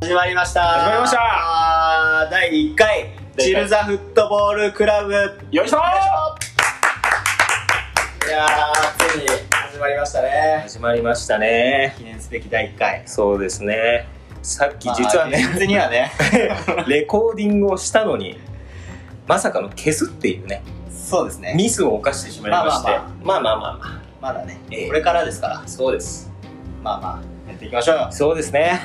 始まりました始まりましたた第1回第チ一回ルザフットボールクラブいよいしょやーついに始まりましたね始まりましたね記念すべき第1回そうですねさっき実はまあね、現実にはねレコーディングをしたのにまさかの消すっていうね そうですねミスを犯してしまいましてまあまあまあまあまだね、ええこれからですからそうですまあまあやっていきましょうよそうですね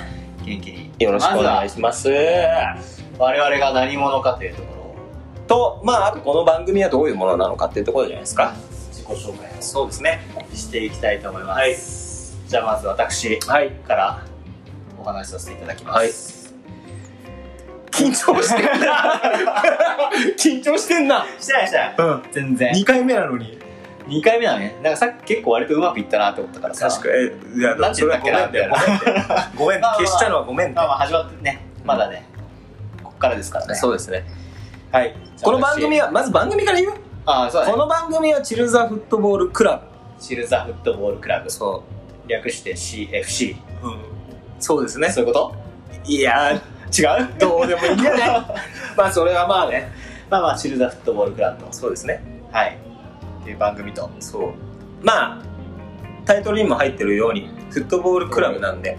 元気によろしくお願いましますずは我々が何者かというところをとまああとこの番組はどういうものなのかっていうところじゃないですか自己紹介そうですねをしていきたいと思います、はいじゃあまず私はいからお話しさせていただきます、はい緊張してん な緊張してんなしてないしてないうん全然2回目なのに2回目だねなんかさっき結構割とうまくいったなって思ったからさ確かえいやなんて言ったっけなそれはごめんだまあまよごめんってごめんってあ消したのはごめんってまあまあ始まってねまだねこっからですからねそうですねはいこの番組ははまず番組から言うああそうだこねの番組はチルザフットボールクラシルザフットボールクラブブそ略して CFC う、うん、そうですねそういうこといや違うーどうでもいいんじゃない まあそれはまあねまあまあシルザフットボールクラブとそうですねはいっていう番組とそうまあタイトルにも入ってるようにフットボールクラブなんで、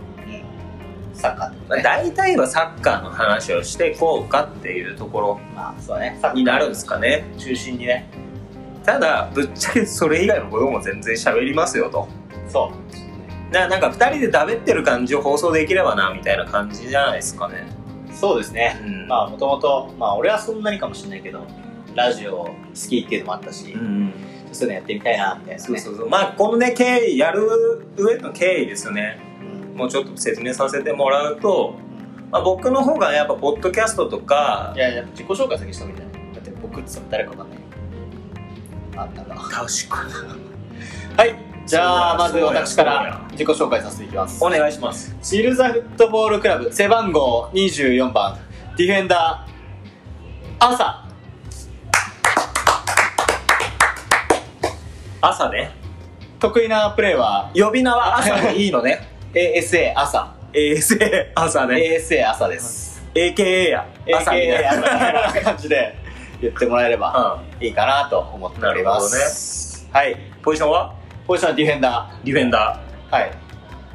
サッカーってこまとあ、ね大体はサッカーの話をしていこうかっていうところまあそうだねサッカーになるんですかね中心にねただぶっちゃけそれ以外のことも全然喋りますよとそうななんか2人でだべってる感じを放送できればなみたいな感じじゃないですかねそうですねうんまあもともとまあ俺はそんなにかもしれないけどラジオ好きっていうのもあったし、うんうんそういうのやってみたいなみたいなねそうそうそうまあこのね経緯やる上の経緯ですよねうんもうちょっと説明させてもらうと、まあ、僕の方がやっぱポッドキャストとかいやいや自己紹介先した方がいいんじゃないだって僕って言ったら誰かわかんないあったか確かにはいじゃあまずそうや私かそうらや自己紹介させていきますお願いしますシルザフットボールクラブ背番号24番ディフェンダー朝朝ね得意なプレーは呼び名は朝でいいの ね ASA 朝 ASA 朝ね ASA 朝です、 AKA や朝み AKA たい朝みなたいな感じで言ってもらえればいいかなと思っておりますはいうんポジションはポジションはディフェンダーディフェンダはい。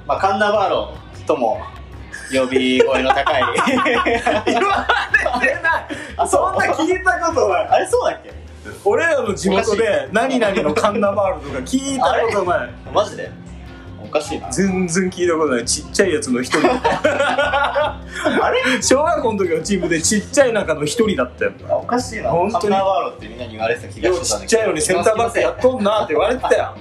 まあ、カンナバーロとも呼び声の 高い。ー言われてないあそんな聞いたことないあれそうだっけ俺らの地元で何々のカンナバールとか聞いたことないマジでおかしいな。全然聞いたことないちっちゃいやつの一人あれ小学校の時のチームでちっちゃい中の一人だったよおかしいな。本当にカンナバーロってみんなに言われてた気がようしてたんだけど。ちっちゃいのにセンターバックやっとんなって言われてたよ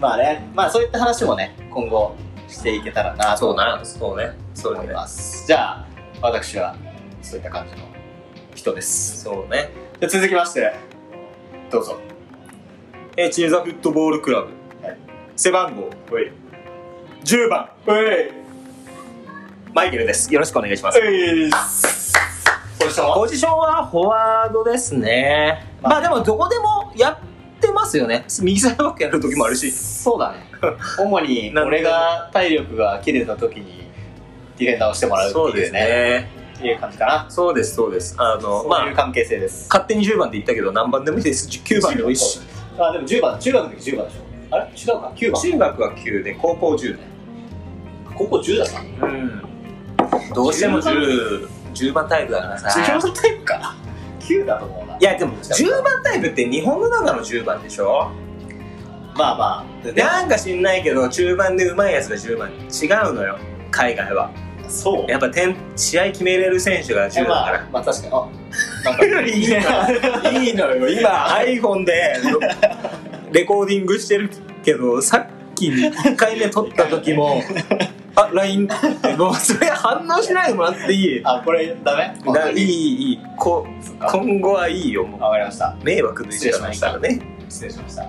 まあね、まあそういった話もね、今後していけたらなとなそうねそ思います。じゃあ、私はそういった感じの人です。そうねじゃあ続きまして、どうぞ。えチーザフットボールクラブ、はい背番号おい。 10番おい。マイケルですよろしくお願いしまおい。ポジションはポジションはフォワードですねまあまあでもどこでもやってますよね右サイドバックやる時もあるしそうだね主に なんでも俺が体力が切れた時にディフェンダーをしてもらうってそういでうすねねっていう感じかなそうですそうですあのそうまいうあ関係性です、勝手に10番って言ったけど何番でもいいです9番でもいいしあでも10番中学の時10番でしょあれ違うか9番中学は9で高校10ね高校10だったうんどうしても 10, 10番タイプだからさ中タイプか9だと思うないやでも10番タイプって日本の中の10番でしょまあまなんか知んないけど中盤でうまいやつが10番違うのよ海外はあそうやっぱ点試合決めれる選手が10だまからあ、まあ確かにあなんかいいねいいのよ今 iPhone でレコーディングしてるけどさっき1回目撮った時も「あ LINE」ってもうそれ反応しないでもらっていいあこれダメだいいいいこっか今後はいいよもわかりましたう迷惑でしかないからね失礼しました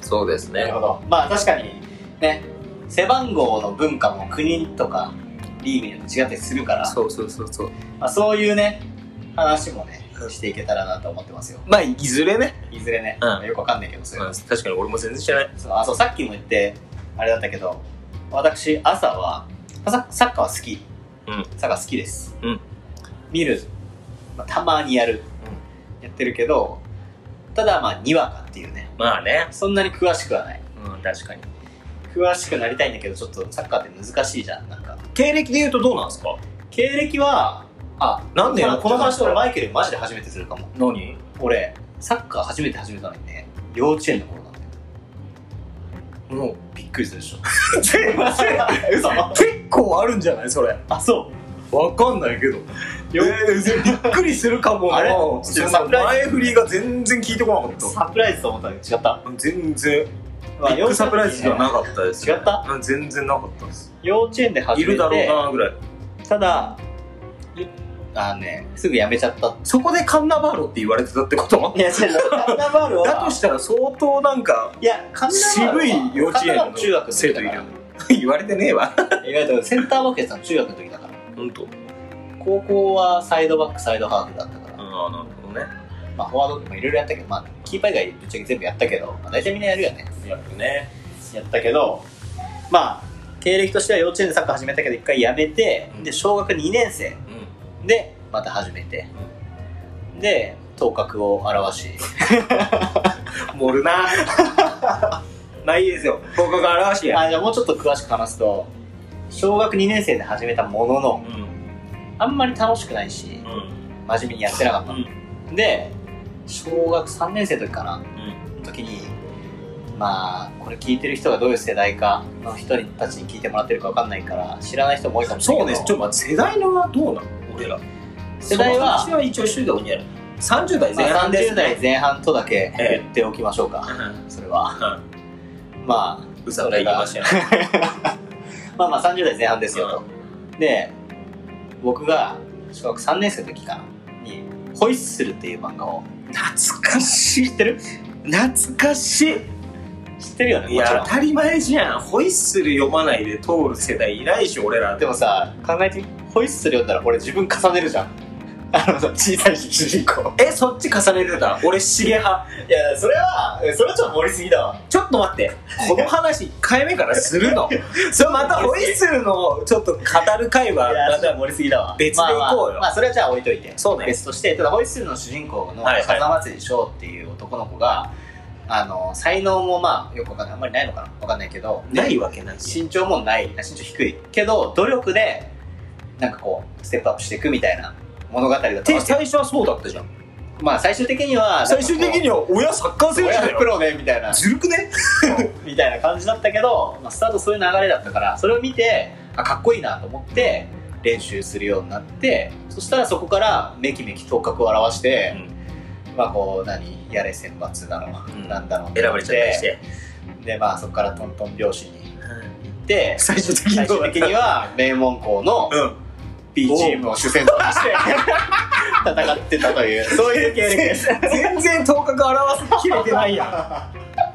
そうですなるほどまあ確かにね背番号の文化も国とかリーグによって違ったりするからそうそうそうそうまあ、そういうね話もねしていけたらなと思ってますよまあいずれね、いずれね、うんよくわかんないけどそういうのまあ、確かに俺も全然知らないそうあそうさっきも言ってあれだったけど私朝はさサッカーは好きうんサッカー好きです、うん見る、まあ、たまにやる、やってるけどただまあにわかっていうねまあねそんなに詳しくはないうん確かに詳しくなりたいんだけどちょっとサッカーって難しいじゃんなんか経歴で言うとどうなんですか経歴はあなんでこやのってたこの話と俺マイケルマジで初めてするかも何俺サッカー初めて始めたのにね幼稚園の頃なんだよもうびっくりするでしょ結嘘構あるんじゃないそれあそわかんないけどうよえーびっくりするかもなあれその前振りが全然聞いてこなかっサプライズと思ったのに違ったた全然まあビッグサプライズではな幼稚園かったです、違ったうん全然なかったです幼稚園で始いめてるだろうなぐらいただいあのねすぐやめちゃったそこでカンナバーロって言われてたってこといや違うカンナバールはだとしたら相当なんかいやカンナバールは渋い幼稚園のカンナバール中学の時だから生徒言われてねえわ意外とセンターバックやってたの中学の時だから本当高校はサイドバックサイドハーフだったから、ああなるほどねまあフォワードとかいろいろやったけどまあキーパー以外ぶっちゃけ全部やったけど、まあ、大体みんなやるよねやるねやったけどまあ経歴としては幼稚園でサッカー始めたけど一回やめて、うんで小学2年生うでまた始めて、で頭角を表 しん盛るなまあいいですよ僕が表してやあじゃあもうちょっと詳しく話すと小学2年生で始めたもののうんあんまり楽しくないしうん真面目にやってなかったうの、んで小学3年生の時かな時にまあこれ聞いてる人がどういう世代かの人たちに聞いてもらってるかわかんないから知らない人も多いかもしれそないうでけすどちょっと待って世代のはどうなの俺ら世代はその話は一応しといた方がいいんじゃない30代前まあ半です、 30ね代前半とだけええ言っておきましょうか、それははまあうさが言いましたよねまあまあ30代前半ですよと、で僕が小学3年生の時かなに「ホイッスル」っていう漫画を懐かしい知ってる懐かしい知ってるよねいもちやろ当たり前じゃんホイッスル読まないで通る世代いないでしょ俺らんでもさ考えてみホイッスル読んだら俺自分重ねるじゃんあのさ小さい主人公えそっち重ねてた俺シゲ派いやそれはそれはちょっと盛りすぎだわちょっと待ってこの話1回目からする のそれまたホイッスルのちょっと語る会はいやまそれたは盛りすぎだわ別で行こうよまあまあまあそれはじゃあ置いといてそうね別としてただホイッスルの主人公のはいは風い祭り翔っていう男の子が、あの才能もまあよくわかんないあんまりないのかなわかんないけどないわけないし身長もない身長低いけど努力でなんかこうステップアップしていくみたいな物語だったてわけ最初はそうだったじゃんまあ最終的には最終的には親サッカー選手親だプよロねみたいなずるくね みたいな感じだったけど、まあ、スタートそういう流れだったからそれを見てあかっこいいなと思って練習するようになってそしたらそこからめきめき頭角を現して、まあこう何やれ選抜だろう、うんなんだろう選ばれちゃったりしてでまあそこからトントン拍子に行 って最終的最終的には名門校のうん B チームを主戦場にして戦ってたというそういう経歴 です全然頭角表す切れてないやん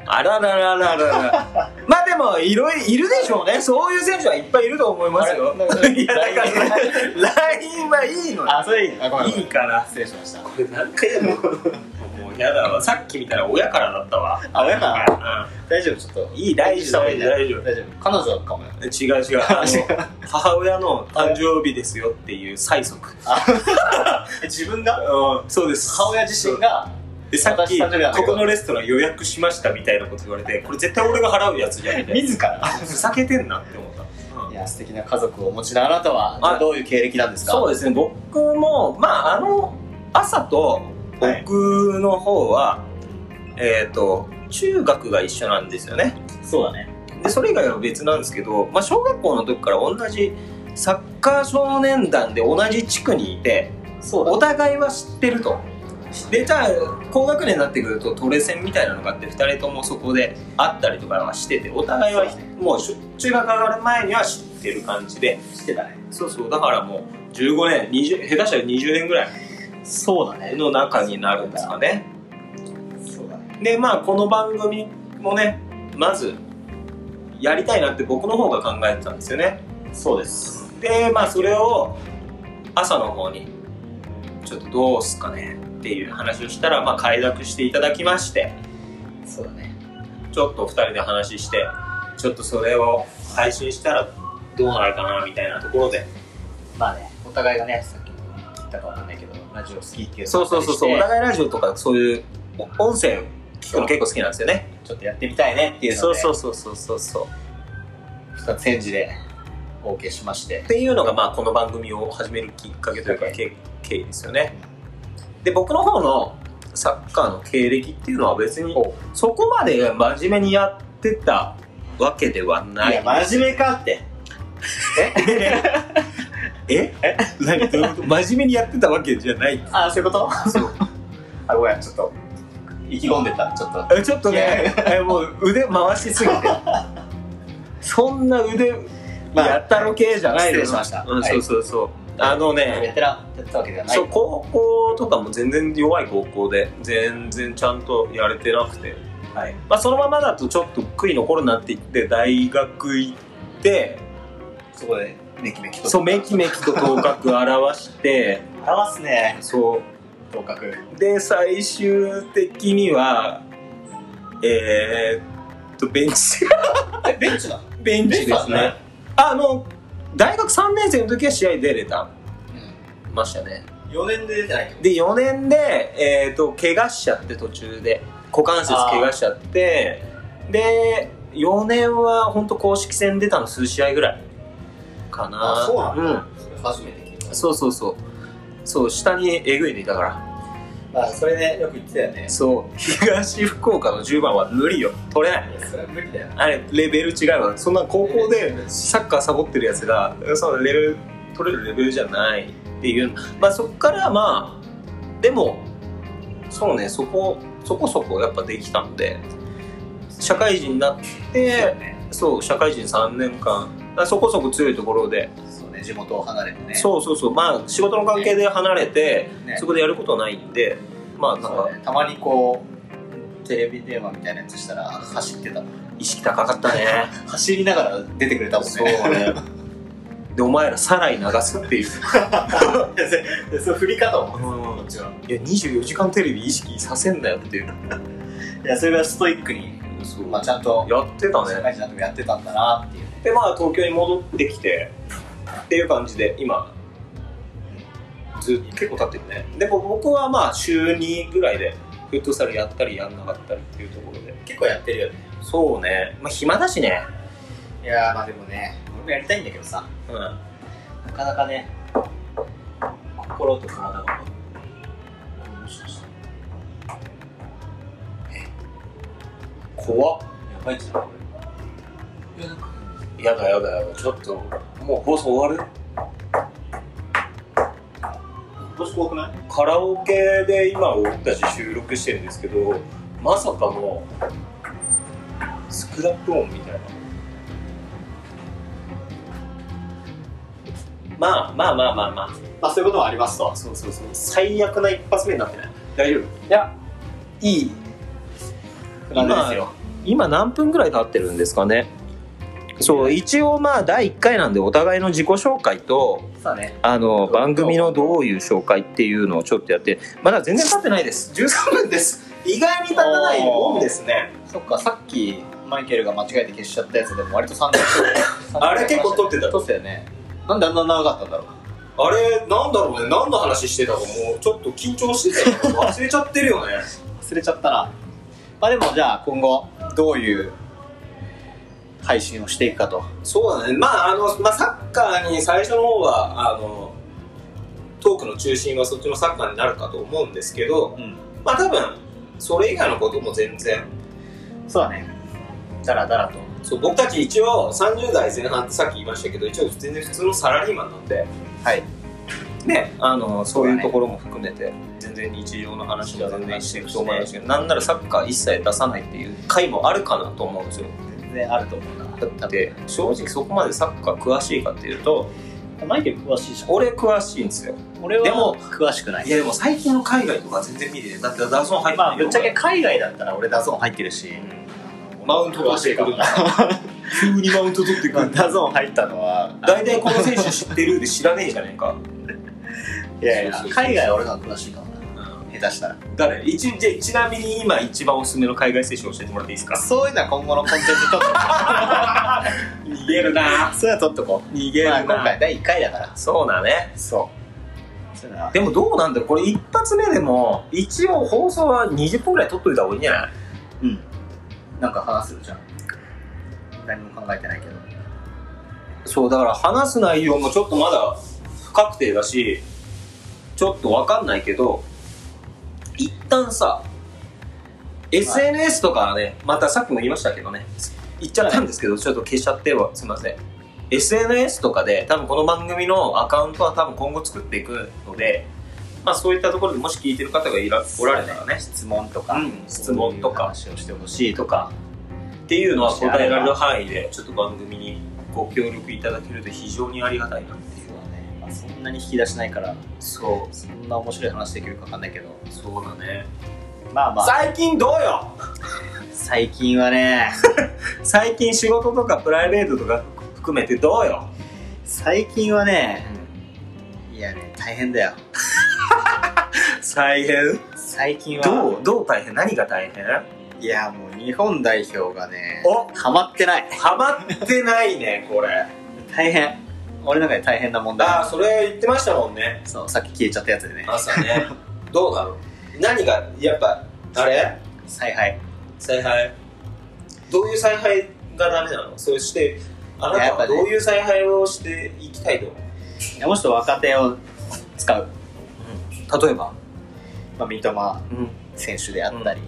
あららららららまあでもいろいろいるでしょうねそういう選手はいっぱいいると思いますよあれ いやだから LINE はいいのよ あそれいいあごめんごめんいいから失礼しましたこれ何回やもうやだわさっき見たら親からだったわあ親からう大丈夫ちょっとんいい大事大事大丈夫大丈夫彼女かもよ違う違う あの母親の誕生日ですよっていう催促自分がうんそうです母親自身がでさっき私誕生日なんだこけどこのレストラン予約しましたみたいなこと言われてこれ絶対俺が払うやつじゃん みたいな自らふざけてんなって思った、いや素敵な家族をお持ちのあなたはじゃあどういう経歴なんですかそううですね僕もまああの朝と僕の方は、えっ、と中学が一緒なんですよねそうだねでそれ以外は別なんですけど、まあ、小学校の時から同じサッカー少年団で同じ地区にいてそうだおね互いは知ってるとでじゃあ高学年になってくるとトレセンみたいなのがあって2人ともそこで会ったりとかはしててお互いはもうしょ中学上がる前には知ってる感じでしてたねそうそうだからもう15年20下手したら20年ぐらいそうだねの中になるんですかねそうだねでまあこの番組もねまずやりたいなって僕の方が考えてたんですよねそうですでまあそれを朝の方にちょっとどうすかねっていう話をしたら、まあ、快諾していただきましてそうだねちょっと2人で話してちょっとそれを配信したらどうなるかなみたいなところでまあねお互いがねさっきも言ったかわかんないけどラジオ好きっていうそうそうそうそうおお互い互いラジオとかそういうお音声聞くの結構好きなんですよねちょっとやってみたいねっていうのでそうそうそうそうそうそう二つ返事で OK しましてっていうのがまあこの番組を始めるきっかけというか経経緯ですよねで僕の方のサッカーの経歴っていうのは別におそこまで真面目にやってたわけではないいや真面目かってえ え何どういうこと真面目にやってたわけじゃないあそういうことそうあごめんちょっと意気込んでたちょっとえちょっとねえもう腕回し すぎてそんな腕まあやったろ系じゃないの失よ礼しましたうん、はいそうそうそうあのねベテランやってたわけではないそう高校とかも全然弱い高校で全然ちゃんとやれてなくて、はいまあ、そのままだとちょっと悔い残るなって言って大学行ってそこでメキメキとそうメキメキと頭角現して表すねそ頭角うで最終的にはえー、っとベンチ えベンチだベンチベンチでだすねねあの大学3年生の時は試合出れたましたね4年で出てないけどで4年で、えー、と怪我しちゃって途中で股関節怪我しちゃってで4年は本当公式戦出たの数試合ぐらいかなあそうなんだうんそれ初めて聞いたそうそうそうそう下にえぐいでいたからまあそれねよく言ってたよねそう 東福岡の10番は無理よ取れないそれは無理だよあれレベル違いわそんな高校でサッカーサボってるやつがそのレベル取れるレベルじゃないっていうまあそこからまあでもそうねそこそこそこやっぱできたので社会人になっそうてねそう社会人3年間あそこそこ強いところで、そうね地元を離れてねそうそうそうまあ仕事の関係で離れて、ねそこでやることないんでまあなんそかうねたまにこうテレビ電話みたいなやつしたら走ってたもん意識高かったね 走りながら出てくれたもんね そうねでお前らさらい流すっていうでその振り方もうんこっちはいや24時間テレビ意識させんなよっていういやそれはストイックに、そうまあ、ちゃんとやってた社ね会人になってもやってたんだなっていうねでまあ東京に戻ってきてっていう感じで今ずっと結構経ってるねでも僕はまあ週2ぐらいでフットサルやったりやんなかったりっていうところで結構やってるよねそうねまあ暇だしねいやーまあでもね俺もやりたいんだけどさうんなかなかね心と体がもしかして怖っやばいんじゃないこれいやなんかやだやだやだちょっともう放送終わる今年怖くないカラオケで今僕たち収録してるんですけどまさかのスクラップ音みたいなまあまあまあまあままあそういうこともありますとあそうそうそう最悪な一発目になってない大丈夫いやいいなんですよ今何分ぐらい経ってるんですかねそう一応まあ第1回なんでお互いの自己紹介とさあねあの番組のどういう紹介っていうのをちょっとやってまだ全然経ってないです13分です意外に経たないもんですねそっかさっきマイケルが間違えて消しちゃったやつでも割と3年あれ結構撮ってた撮ってたよねなんであんな長かったんだろうあれなんだろうね何の話してたかもうちょっと緊張してたから忘れちゃってるよね忘れちゃったなまあでもじゃあ今後どういう配信をしていくかと そうだねまああの、まあ、サッカーに最初の方はあのトークの中心はそっちのサッカーになるかと思うんですけどうんまあ多分それ以外のことも全然そうだねだらだらとそう僕たち一応30代前半ってさっき言いましたけど一応全然普通のサラリーマンなんではいね、あのそそううだいねうところも含めて、全然日常の話は全然していくと思いますけどなんならサッカー一切出さないっていう回もあるかなと思うんですよ全然あると思うなだって正直そこまでサッカー詳しいかっていうとマイケル詳しいじゃん俺詳しいんですよ俺はでも詳しくないいやでも最近の海外とか全然見てねだってダゾーン入ってまなあいぶっちゃけ海外だったら俺ダゾーン入ってるしマウントがしてくる詳しいか急にマウント取ってくら るダゾーン入ったのは大体この選手知ってるで知らねえじゃねえか、いやいやそうそうそう海外は俺の方が詳しいかもな下手したら誰一じゃあちなみに今一番おすすめの海外選手教えてもらっていいですかそういうのは今後のコンテンツちょっといげるなそういうの撮っとこ逃う、げるまあ、な、今回第1回だからそうだねそうそういうのはでもどうなんだろうこれ一発目でも一応放送は20分ぐらい撮っといた方がいいんじゃないうんなんか話するじゃん何も考えてないけどそうだから話す内容もちょっとまだ不確定だしちょっとわかんないけど一旦さ SNS とかはねまたさっきも言いましたけどね言っちゃったんですけどちょっと消しちゃってはすいません SNS とかで多分この番組のアカウントは多分今後作っていくのでまあそういったところでもし聞いてる方がいらおられたらね質問とか、うん質問とかそういう話をしてほしいとかっていうのは答えられる範囲でちょっと番組にご協力いただけると非常にありがたいなっていうそうだね、まあ、そんなに引き出しないからそそんな面白い話できるかわかんないけどうそうだねまあまあ最近どうよ最近はね 最近仕事とかプライベートとか含めてどうよ、最近はねいやね大変だよ大変最近はどうどう大変何が大変いやもう日本代表がねおハマってないハマってないねこれ大変俺の中で大変な問題ああそれ言ってましたもんねそうさっき消えちゃったやつでね朝ね どうなの何がやっぱあれ采配采配どういう采配がダメなのそしてあなたやっぱはねどういう采配をしていきたいと思いやもうちょっと若手を使う、う例えばまあ、三笘うん選手であったり、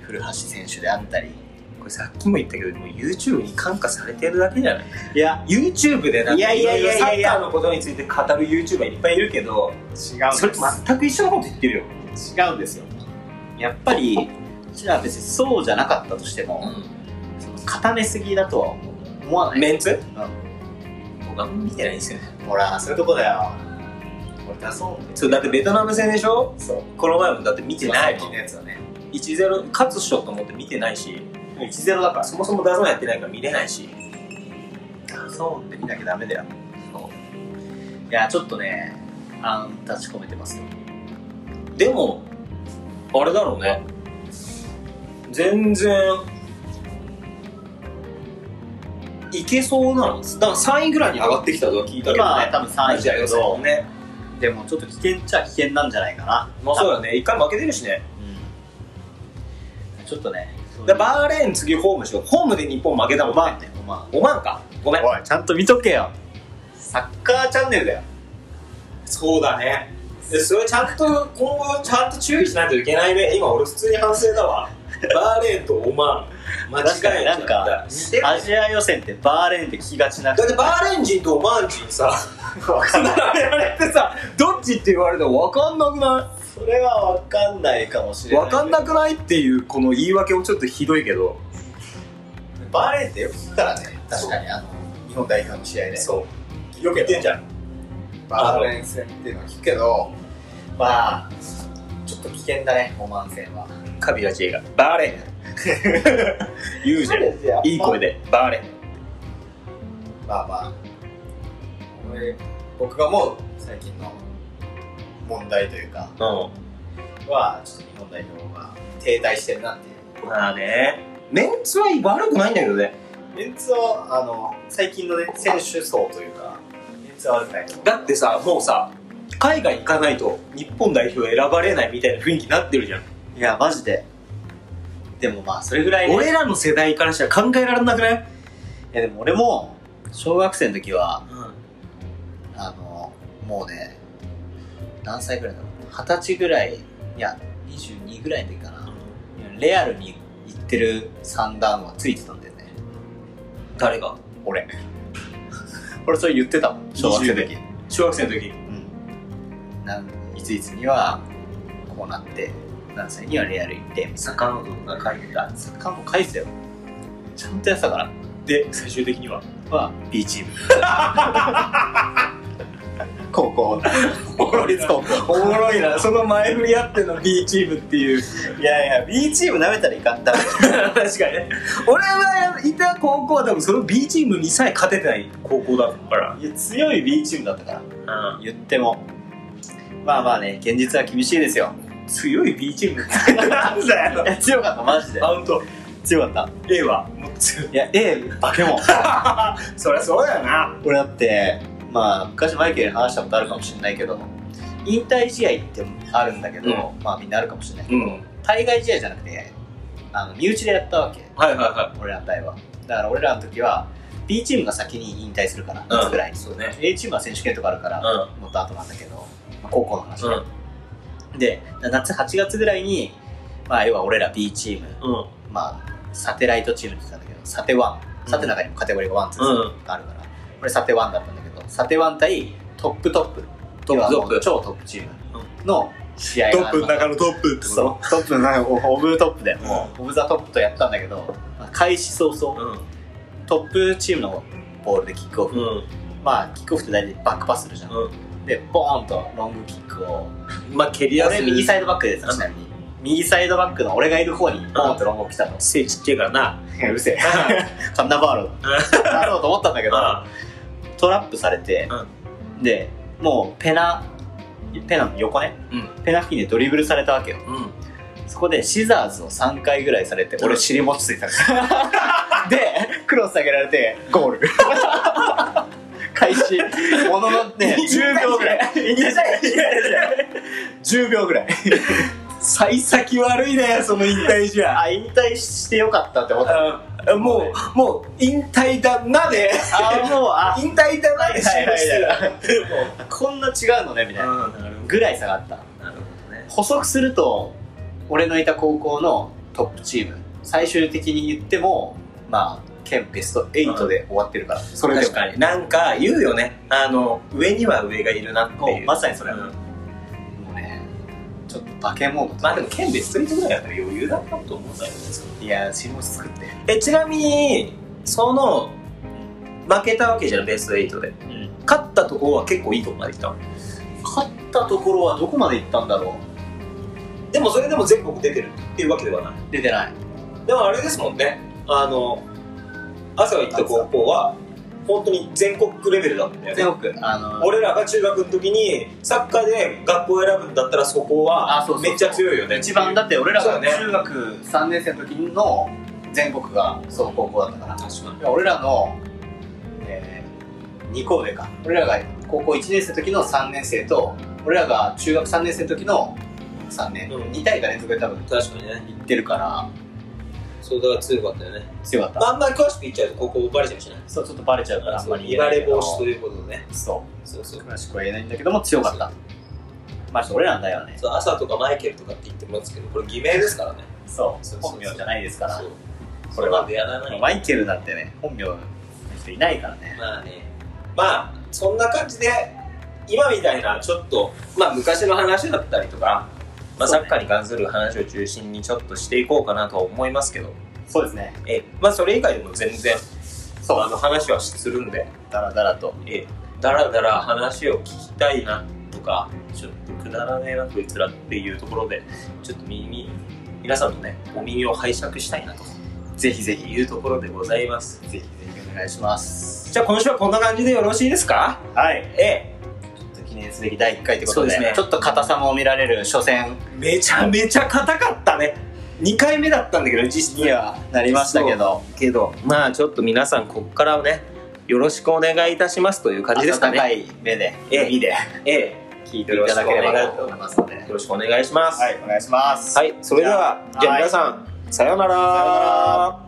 古橋選手であったりこれさっきも言ったけどもう YouTube に感化されてるだけじゃないいや YouTube でなんいかやいいやろいいやろいサやいッやカーのことについて語る YouTuber いっぱいいるけど違うんそれ全く一緒のこと言ってるよ、違うんですよやっぱりじゃあ別にそうじゃなかったとしても固めすぎだとは思わないメンツ僕あんま見てないんですよねほらそういうとこだよ俺出そうそうだってベトナム戦でしょそうこの前もだって見てないもんのやつだね1-0勝つっしょと思って見てないし1-0だからそもそもダゾーンやってないから見れないしそうって見なきゃダメだよいやちょっとねあん立ち込めてますよでもあれだろうね全然いけそうなのだから3位ぐらいに上がってきたとは聞いたけどね、まあ多分3位だけどねでもちょっと危険っちゃ危険なんじゃないかなまあそうだね、一回負けてるしね。うんちょっとねでバーレーン次ホームでしよう。ホームで日本負けたもおんね前。ねお前おまんか。ごめん。おいちゃんと見とけよサッカーチャンネルだよそうだね。でそれちゃんと今後ちゃんと注意しないといけないね。今俺普通に反省だ わ。バーレーンとオマーン。間確か違にえちゃなんった。か似てるアジア予選ってバーレーンって聞きがちなだってバーレーン人とオマーン人さ、 並べられてさ、どっちって言われても分かんなくなそれは分かんないかもしい分かんなくないっていうこの言い訳もちょっとひどいけど。バーレーンってよく聞くからね確かにあの日本代表の試合でそう。よく言ってんじゃん。バーレーン戦っていうのは聞くけどまあちょっと危険だねオマーン戦はカビラ知恵が。バーレーン。 言うじゃん。いい声で、バーレン。まあまあ俺僕が思う最近の問題というかう。はちょっと日本代表が停滞してるなっていうんまあね、メンツは悪くないんだけどね。メンツはあの最近のね選手層というかメンツは悪くないと思うだってさ、もうさ、海外行かないと日本代表選ばれないみたいな雰囲気になってるじゃん。いやマジででもまあそれぐらい、ね、俺らの世代からしたら考えられなくないいやでも俺も小学生の時はあのもうね何歳ぐらいだろう二十歳ぐらいいや22ぐらいの時かなレアルに行ってる三段はついてたんだよね誰が俺俺それ言ってたもん小学生の20時小学生の時。うんなんいついつにはこうなって何歳にはレアル行ってみたいな坂本が書いてた。サッカーも返せよちゃんとやってたからで、最終的には。は B チー ム高校公立高校おもろいな、その前振りあっての B チームっていう。いやいや B チーム舐めたらいかんだ 確かにね。俺はいた高校は多分その B チームにさえ勝ててない高校だから。いや強い B チームだったからうん。言ってもまあまあね現実は厳しいですよ 強い B チームなんだよ。いや強かったマジでアウト。強かっ A はもう強いたいや A 化け物そりゃそうだよな俺だってまあ昔マイケルに話したことあるかもしれないけど引退試合ってあるんだけど、うまあみんなあるかもしれないけうど、ん対外試合じゃなくてあの身内でやったわけはいはいは俺らの代はだから俺らの時は B チームが先に引退するからうん夏ぐらいに、そうね A チームは選手権とかあるから、いもっと後なんだけど、まあ高校の話、うんうんで夏8月ぐらいに、まあ、要は俺ら B チーム、うんまあ、サテライトチームって言ってたんだけどサテワンうんサテの中にもカテゴリーがワンツーうんがあるから、俺サテワンだったんだけどサテワン対トップトップトップトップ要はもう超トップチームの試合トがップの中のトップってことそうトップの中 オブトップで、うんオブザトップとやったんだけどまあ開始早々、うんトップチームのボールでキックオフ、うんまあキックオフって大体バックパスするじゃん、でボーンとロングキックをうんまあ蹴りやす俺い右サイドバックでさちなみに右サイドバックの俺がいる方にボーンとロングを来たの背ちっちゃいから な うるせえカンナバーロだろうと思ったんだけどトラップされて、でもうペナペナの横ねうんペナ付近でドリブルされたわけようんそこでシザーズを3回ぐらいされて俺尻餅ついたから でクロス上げられてゴール 開始もののね10秒ぐらい10秒ぐらい幸先悪いねその引退試合あ引退してよかったって思ったうんもうもう引退だなであーもうあ引退だなで終了してるはいはいこんな違うのねみたいなもうなるぐらい下がったなるほどね補足すると俺のいた高校のトップチーム最終的に言ってもまあ県ベスト8で終わってるから、それでも確かになんか言うよねあの上には上がいるなってもいううまさにそれ、うんもうねちょっと化け物まあでも県ベストリートぐらいだったら余裕だったと思うんだよねいや新聞作って、えちなみにその負けたわけじゃんベスト8で勝ったところは結構いいとこまで来たの勝ったところはどこまで行ったんだろでもそれでも全国出てるっていうわけではないう出てないでもあれですもんねあの朝が行った高校は本当に全国レベルだったんだよね全国あの俺らが中学の時にサッカーで学校を選ぶんだったらそこあはそうそうそうめっちゃ強いよね一番だって俺らそがうだね中学3年生の時の全国がその高校だったから確かにいや俺らの、え2校上か俺らが高校1年生の時の3年生と俺らが中学3年生の時の3年、うん2大会連続で多分確かにね行ってるからそうだから強かったよね強かった、あんまり詳しく言っちゃうとここバレちゃうしねそうちょっとバレちゃうからあんまり言言えなわいれけど防止ということでねそそうそうう詳しくは言えないんだけども強かったまあちょっと俺らの代はねそう朝とかマイケルとかって言ってますけどこれ偽名ですからねそうそうそうそう本名じゃないですからそうここれれはまでやらないマイケルなんてね本名の人いないからねまあねまあそんな感じで今みたいなちょっとまあ昔の話だったりとか、まあ、そサうねッカーに関する話を中心にちょっとしていこうかなとは思いますけどそうですねえまあそれ以外でも全然そうあの話はするんでダラダラとえだらだら話を聞きたいなとかちょっとくだらねえなこいつらっていうところでちょっと耳皆さんのねお耳を拝借したいなとぜひぜひいうところでございますぜひぜひお願いしますじゃあ今週はこんな感じでよろしいですかはいえちょっと記念すべき第1回ということでそうですねちょっと硬さも見られる初戦えめちゃめちゃ硬かったね2回目だったんだけど実質にはなりましたけどけどまあちょっと皆さんここからはねよろしくお願いいたしますという感じですか温かねい目でええ耳でえ聞いていただければと思いますのでえよろしくお願いしますはいお願いしますはい、それではじゃあじゃあ皆さんさようならようなら